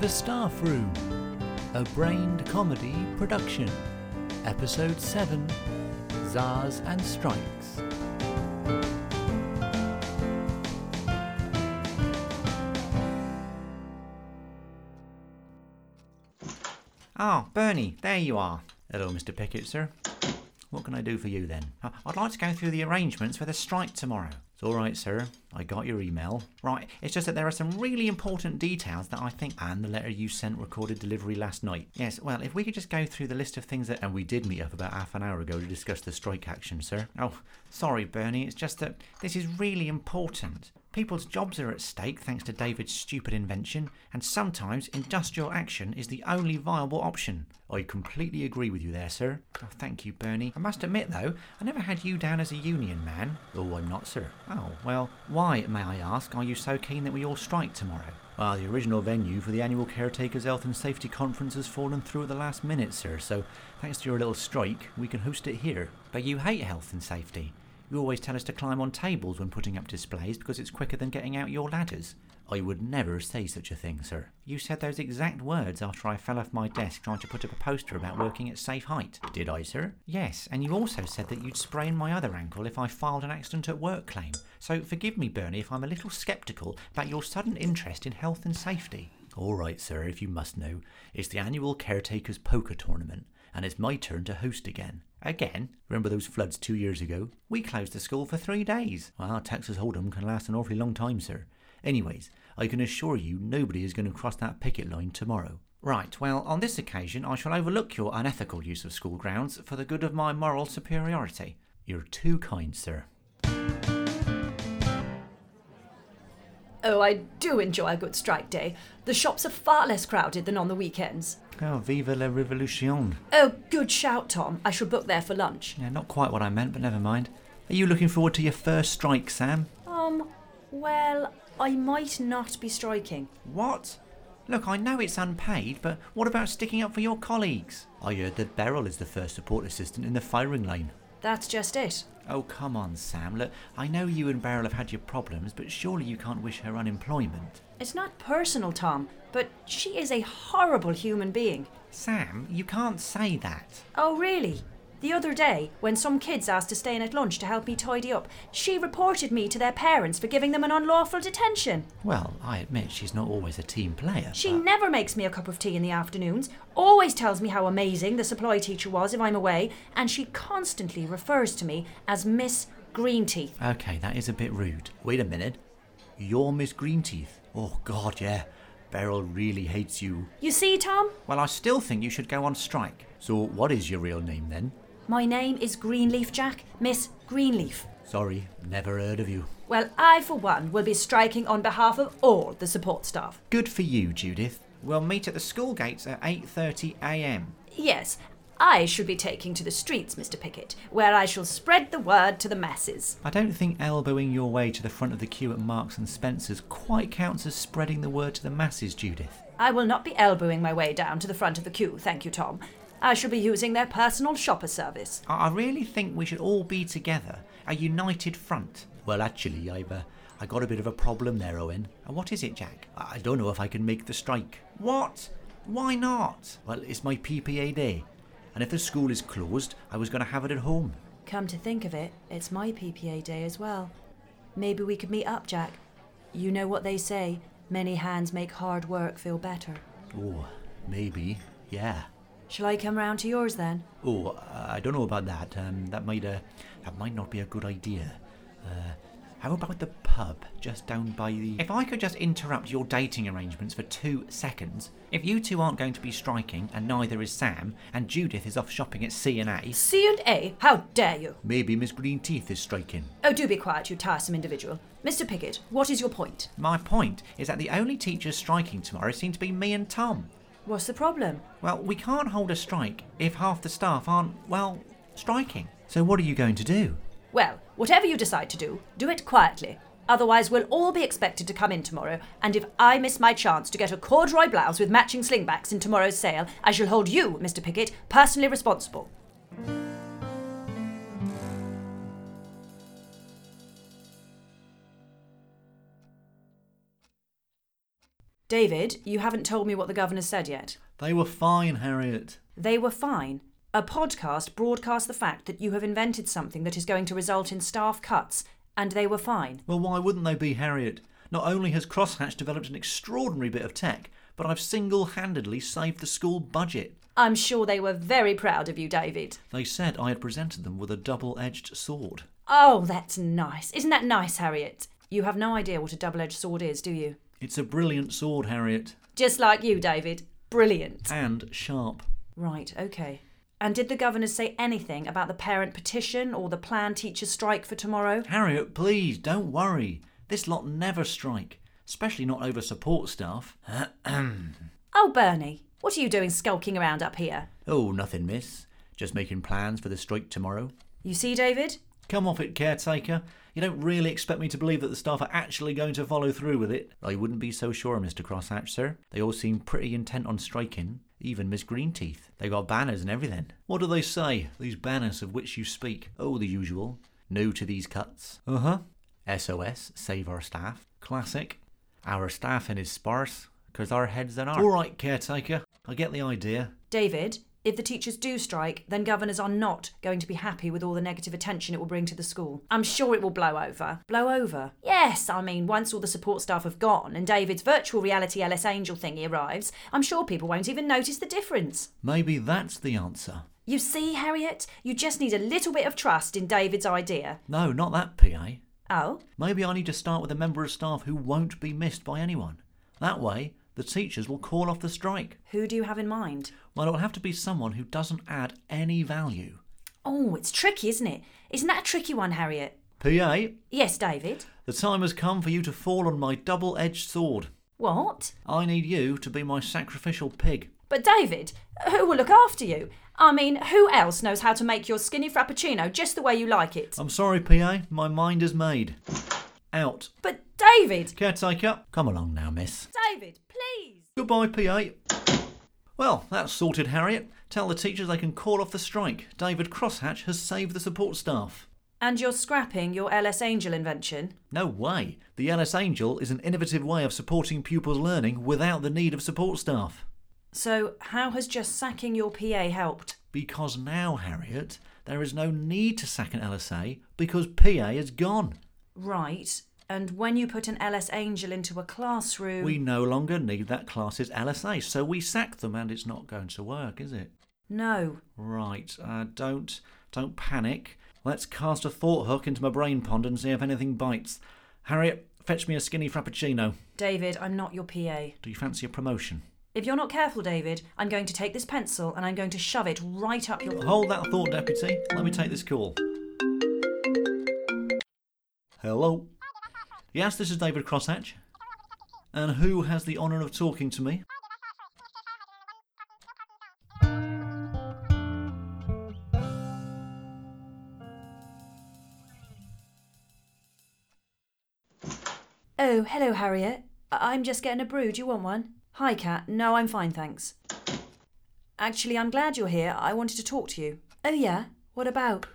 The Staff Room, a brained comedy production. Episode 7 Zars and Strikes. Oh, Bernie, there you are. Hello, Mr. Pickett, sir. What can I do for you then? Uh, I'd like to go through the arrangements for the strike tomorrow. It's all right, sir. I got your email. Right, it's just that there are some really important details that I think, and the letter you sent recorded delivery last night. Yes, well, if we could just go through the list of things that, and we did meet up about half an hour ago to discuss the strike action, sir. Oh, sorry, Bernie. It's just that this is really important. People's jobs are at stake thanks to David's stupid invention, and sometimes industrial action is the only viable option. I completely agree with you there, sir. Oh, thank you, Bernie. I must admit, though, I never had you down as a union man. Oh, I'm not, sir. Oh, well, why, may I ask, are you so keen that we all strike tomorrow? Well, the original venue for the annual Caretakers Health and Safety Conference has fallen through at the last minute, sir, so thanks to your little strike, we can host it here. But you hate health and safety. You always tell us to climb on tables when putting up displays because it's quicker than getting out your ladders. I would never say such a thing, sir. You said those exact words after I fell off my desk trying to put up a poster about working at safe height. Did I, sir? Yes, and you also said that you'd sprain my other ankle if I filed an accident at work claim. So forgive me, Bernie, if I'm a little sceptical about your sudden interest in health and safety. All right, sir, if you must know, it's the annual Caretakers Poker Tournament, and it's my turn to host again. Again? Remember those floods two years ago? We closed the school for three days. Well, Texas Hold'em can last an awfully long time, sir. Anyways, I can assure you nobody is going to cross that picket line tomorrow. Right, well, on this occasion I shall overlook your unethical use of school grounds for the good of my moral superiority. You're too kind, sir. Oh, I do enjoy a good strike day. The shops are far less crowded than on the weekends. Oh, vive la revolution. Oh, good shout, Tom. I shall book there for lunch. Yeah, not quite what I meant, but never mind. Are you looking forward to your first strike, Sam? Um, well, I might not be striking. What? Look, I know it's unpaid, but what about sticking up for your colleagues? I heard that Beryl is the first support assistant in the firing lane. That's just it. Oh, come on, Sam. Look, I know you and Beryl have had your problems, but surely you can't wish her unemployment. It's not personal, Tom, but she is a horrible human being. Sam, you can't say that. Oh, really? The other day, when some kids asked to stay in at lunch to help me tidy up, she reported me to their parents for giving them an unlawful detention. Well, I admit she's not always a team player. She but- never makes me a cup of tea in the afternoons, always tells me how amazing the supply teacher was if I'm away, and she constantly refers to me as Miss Greenteeth. Okay, that is a bit rude. Wait a minute. You're Miss Greenteeth. Oh, God, yeah. Beryl really hates you. You see, Tom? Well, I still think you should go on strike. So, what is your real name then? My name is Greenleaf Jack, Miss Greenleaf. Sorry, never heard of you. Well, I, for one, will be striking on behalf of all the support staff. Good for you, Judith. We'll meet at the school gates at 8:30 a.m. Yes, I should be taking to the streets, Mr. Pickett, where I shall spread the word to the masses. I don't think elbowing your way to the front of the queue at Marks and Spencer's quite counts as spreading the word to the masses, Judith. I will not be elbowing my way down to the front of the queue, thank you, Tom. I shall be using their personal shopper service. I I really think we should all be together, a united front. Well, actually, I've uh, I got a bit of a problem there, Owen. Uh, What is it, Jack? I I don't know if I can make the strike. What? Why not? Well, it's my PPA day, and if the school is closed, I was going to have it at home. Come to think of it, it's my PPA day as well. Maybe we could meet up, Jack. You know what they say many hands make hard work feel better. Oh, maybe. Yeah. Shall I come round to yours then? Oh, uh, I don't know about that. Um, that might uh, that might not be a good idea. Uh, how about the pub just down by the? If I could just interrupt your dating arrangements for two seconds, if you two aren't going to be striking, and neither is Sam, and Judith is off shopping at C and A, C and A, how dare you! maybe Miss Greenteeth is striking. Oh, do be quiet, you tiresome individual. Mr. Pickett, what is your point? My point is that the only teachers striking tomorrow seem to be me and Tom. What's the problem? Well, we can't hold a strike if half the staff aren't well striking. So what are you going to do? Well, whatever you decide to do, do it quietly. Otherwise, we'll all be expected to come in tomorrow, and if I miss my chance to get a corduroy blouse with matching slingbacks in tomorrow's sale, I shall hold you, Mr. Pickett, personally responsible. David, you haven't told me what the governor said yet. They were fine, Harriet. They were fine. A podcast broadcast the fact that you have invented something that is going to result in staff cuts, and they were fine. Well, why wouldn't they be, Harriet? Not only has Crosshatch developed an extraordinary bit of tech, but I've single handedly saved the school budget. I'm sure they were very proud of you, David. They said I had presented them with a double edged sword. Oh, that's nice. Isn't that nice, Harriet? You have no idea what a double edged sword is, do you? It's a brilliant sword, Harriet, Just like you, David. Brilliant. and sharp. Right, okay. And did the governor say anything about the parent petition or the planned teacher strike for tomorrow? Harriet, please, don't worry. This lot never strike, especially not over support staff. Oh, Bernie, what are you doing skulking around up here? Oh, nothing, miss. Just making plans for the strike tomorrow. You see, David? Come off it, caretaker. You don't really expect me to believe that the staff are actually going to follow through with it. I wouldn't be so sure, Mr. Crosshatch, sir. They all seem pretty intent on striking, even Miss Greenteeth. They got banners and everything. What do they say, these banners of which you speak? Oh, the usual. No to these cuts. Uh huh. SOS, save our staff. Classic. Our staffing is sparse, 'cause our heads are All right, caretaker. I get the idea. David, if the teachers do strike, then governors are not going to be happy with all the negative attention it will bring to the school. I'm sure it will blow over. Blow over? Yes, I mean, once all the support staff have gone and David's virtual reality LS Angel thingy arrives, I'm sure people won't even notice the difference. Maybe that's the answer. You see, Harriet, you just need a little bit of trust in David's idea. No, not that, PA. Oh? Maybe I need to start with a member of staff who won't be missed by anyone. That way, the teachers will call off the strike. Who do you have in mind? Well, it will have to be someone who doesn't add any value. Oh, it's tricky, isn't it? Isn't that a tricky one, Harriet? PA, Yes, David. the time has come for you to fall on my double edged sword. What? I need you to be my sacrificial pig. But, David, who will look after you? I mean, who else knows how to make your skinny frappuccino just the way you like it? I'm sorry, PA, my mind is made. Out. But, David! Caretaker, come along now, miss. David, please! Goodbye, PA. Well, that's sorted, Harriet. Tell the teachers they can call off the strike. David Crosshatch has saved the support staff. And you're scrapping your LS Angel invention? No way. The LS Angel is an innovative way of supporting pupils' learning without the need of support staff. So, how has just sacking your PA helped? Because now, Harriet, there is no need to sack an LSA because PA is gone. Right. And when you put an LS Angel into a classroom. We no longer need that class's LSA, so we sack them and it's not going to work, is it? No. Right, uh, don't don't panic. Let's cast a thought hook into my brain pond and see if anything bites. Harriet, fetch me a skinny frappuccino. David, I'm not your PA. Do you fancy a promotion? If you're not careful, David, I'm going to take this pencil and I'm going to shove it right up your. Hold that thought, deputy. Let me take this call. Hello. Yes, this is David Crosshatch. And who has the honour of talking to me? Oh, hello, Harriet. I- I'm just getting a brew. Do you want one? Hi, Cat. No, I'm fine, thanks. Actually, I'm glad you're here. I wanted to talk to you. Oh, yeah? What about?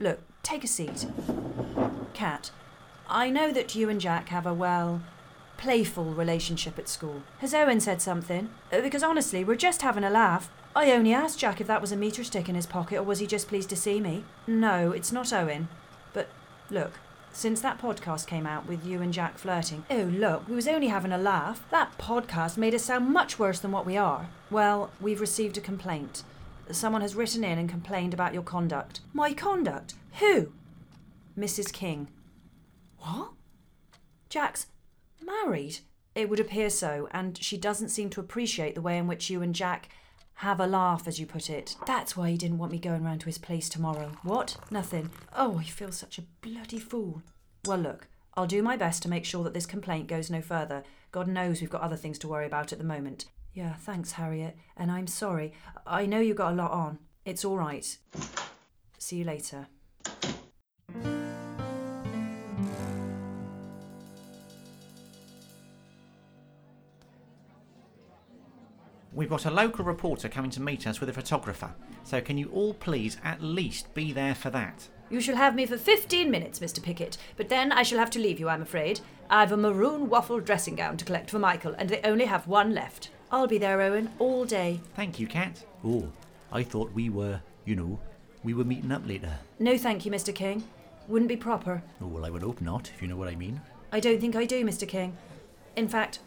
Look, take a seat. Cat, I know that you and Jack have a, well, playful relationship at school. Has Owen said something? Uh, Because honestly, we're just having a laugh. I only asked Jack if that was a meter stick in his pocket or was he just pleased to see me. No, it's not Owen. But look, since that podcast came out with you and Jack flirting, oh look, we was only having a laugh. That podcast made us sound much worse than what we are. Well, we've received a complaint. Someone has written in and complained about your conduct. My conduct? Who? Mrs. King. What? Jack's married? It would appear so, and she doesn't seem to appreciate the way in which you and Jack have a laugh, as you put it. That's why he didn't want me going round to his place tomorrow. What? Nothing. Oh, I feel such a bloody fool. Well, look, I'll do my best to make sure that this complaint goes no further. God knows we've got other things to worry about at the moment. Yeah, thanks, Harriet, and I'm sorry. I know you got a lot on. It's all right. See you later. We've got a local reporter coming to meet us with a photographer, so can you all please at least be there for that? You shall have me for 15 minutes, Mr. Pickett, but then I shall have to leave you, I'm afraid. I've a maroon waffle dressing gown to collect for Michael, and they only have one left. I'll be there, Owen, all day. Thank you, Cat. Oh, I thought we were, you know, we were meeting up later. No, thank you, Mr. King. Wouldn't be proper. Oh, well, I would hope not, if you know what I mean. I don't think I do, Mr. King. In fact,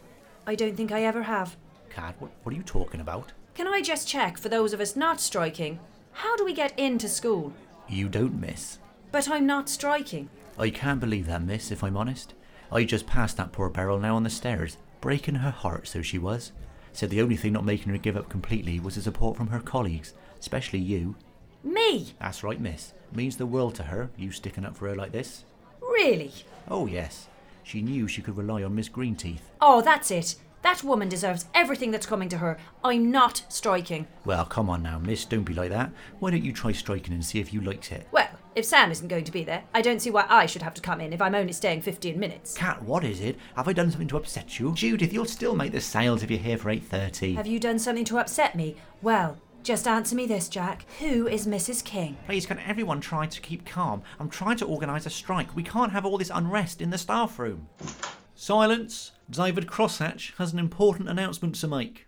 I don't think I ever have. Cat, what, what are you talking about? Can I just check, for those of us not striking, how do we get into school? You don't miss. But I'm not striking. I can't believe that, miss, if I'm honest. I just passed that poor Beryl now on the stairs, breaking her heart, so she was. Said the only thing not making her give up completely was the support from her colleagues, especially you. Me? That's right, miss. Means the world to her, you sticking up for her like this. Really? Oh, yes. She knew she could rely on Miss Greenteeth. Oh, that's it. That woman deserves everything that's coming to her. I'm not striking. Well, come on now, miss, don't be like that. Why don't you try striking and see if you likes it? Well, if Sam isn't going to be there, I don't see why I should have to come in if I'm only staying 15 minutes. Cat, what is it? Have I done something to upset you? Judith, you'll still make the sales if you're here for 8.30. Have you done something to upset me? Well, just answer me this, Jack. Who is Mrs. King? Please, can everyone try to keep calm? I'm trying to organise a strike. We can't have all this unrest in the staff room. Silence! David Crosshatch has an important announcement to make.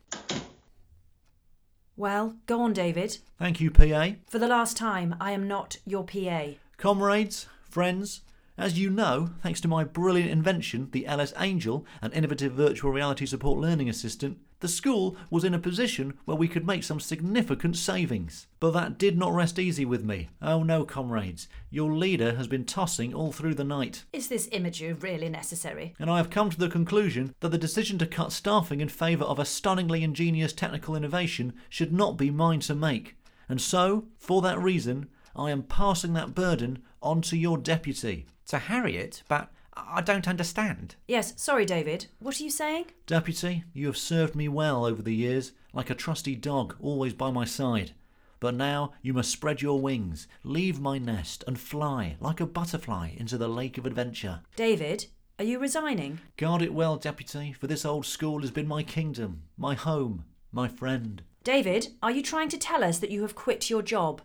Well, go on, David. Thank you, PA. For the last time, I am not your PA. Comrades, friends, as you know, thanks to my brilliant invention, the LS Angel, an innovative virtual reality support learning assistant, the school was in a position where we could make some significant savings. But that did not rest easy with me. Oh no, comrades, your leader has been tossing all through the night. Is this imagery really necessary? And I have come to the conclusion that the decision to cut staffing in favour of a stunningly ingenious technical innovation should not be mine to make. And so, for that reason, I am passing that burden on to your deputy. To Harriet, but I don't understand. Yes, sorry, David. What are you saying? Deputy, you have served me well over the years, like a trusty dog always by my side. But now you must spread your wings, leave my nest, and fly, like a butterfly, into the lake of adventure. David, are you resigning? Guard it well, Deputy, for this old school has been my kingdom, my home, my friend. David, are you trying to tell us that you have quit your job?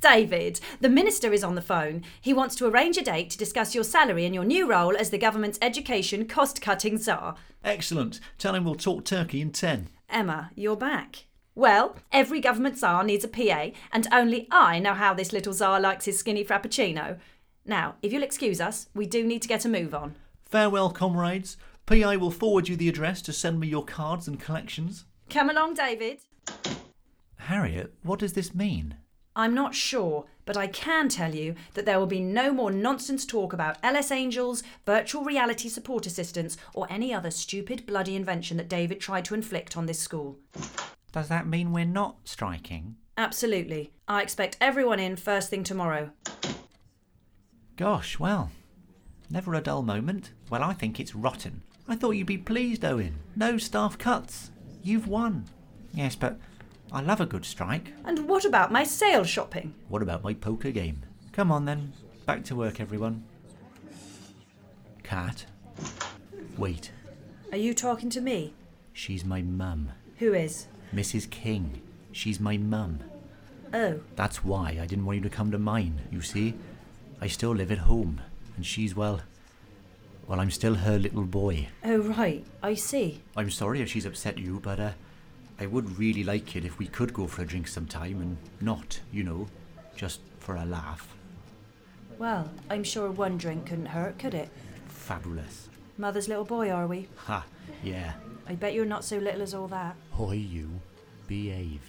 David, the minister is on the phone. He wants to arrange a date to discuss your salary and your new role as the government's education cost cutting czar. Excellent. Tell him we'll talk turkey in 10. Emma, you're back. Well, every government czar needs a PA, and only I know how this little czar likes his skinny frappuccino. Now, if you'll excuse us, we do need to get a move on. Farewell, comrades. PI will forward you the address to send me your cards and collections. Come along, David. Harriet, what does this mean? I'm not sure, but I can tell you that there will be no more nonsense talk about LS Angels, virtual reality support assistants, or any other stupid bloody invention that David tried to inflict on this school. Does that mean we're not striking? Absolutely. I expect everyone in first thing tomorrow. Gosh, well, never a dull moment. Well, I think it's rotten. I thought you'd be pleased, Owen. No staff cuts. You've won. Yes, but I love a good strike. And what about my sale shopping? What about my poker game? Come on then, back to work, everyone. Cat, wait. Are you talking to me? She's my mum, Who is? Mrs. King. She's my mum. Oh, That's why I didn't want you to come to mine, you see. I still live at home, and she's, well, well, I'm still her little boy. oh right, I see. I'm sorry if she's upset you, but uh, I would really like it if we could go for a drink sometime and not, you know, just for a laugh. Well, I'm sure one drink couldn't hurt, could it? Fabulous. Mother's little boy, are we? Ha, yeah. I bet you're not so little as all that. Hoy you, behave.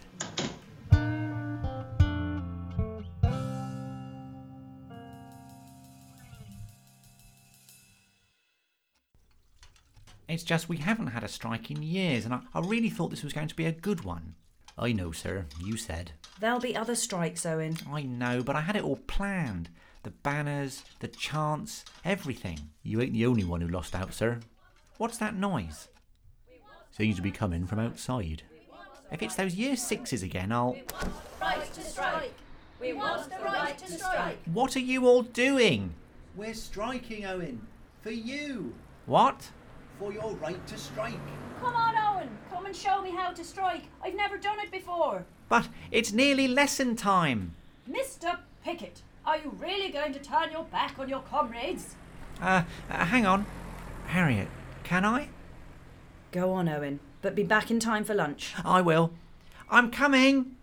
It's just we haven't had a strike in years, and I, I really thought this was going to be a good one. I know, sir. You said. There'll be other strikes, Owen. I know, but I had it all planned. The banners, the chants, everything. You ain't the only one who lost out, sir. What's that noise? Seems to be coming from outside. If it's those year sixes again, I'll. right to strike. We want the right to strike. What are you all doing? We're striking, Owen. For you. What? For your right to strike. Come on, Owen. Come and show me how to strike. I've never done it before. But it's nearly lesson time. Mr. Pickett, Are you really going to turn your back on your comrades? Uh, uh, hang on. Harriet, can I? Go on, Owen, but be back in time for lunch. I will. I'm coming!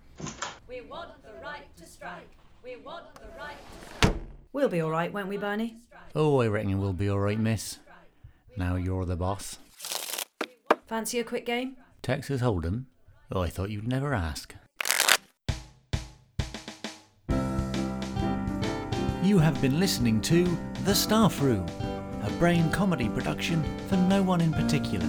We want the right to strike. We want the right to We'll be all right, won't we, Bernie? Oh, I reckon we'll be all right, miss. Now you're the boss. Fancy a quick game? Texas Hold'em? Oh, I thought you'd never ask. You have been listening to The Staff Room, a brain comedy production for no one in particular.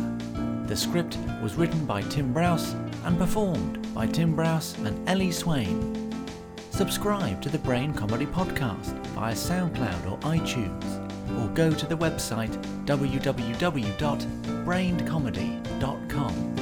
The script was written by Tim Browse and performed by Tim Browse and Ellie Swain. Subscribe to the Brain Comedy Podcast via SoundCloud or iTunes, or go to the website www.braincomedy.com.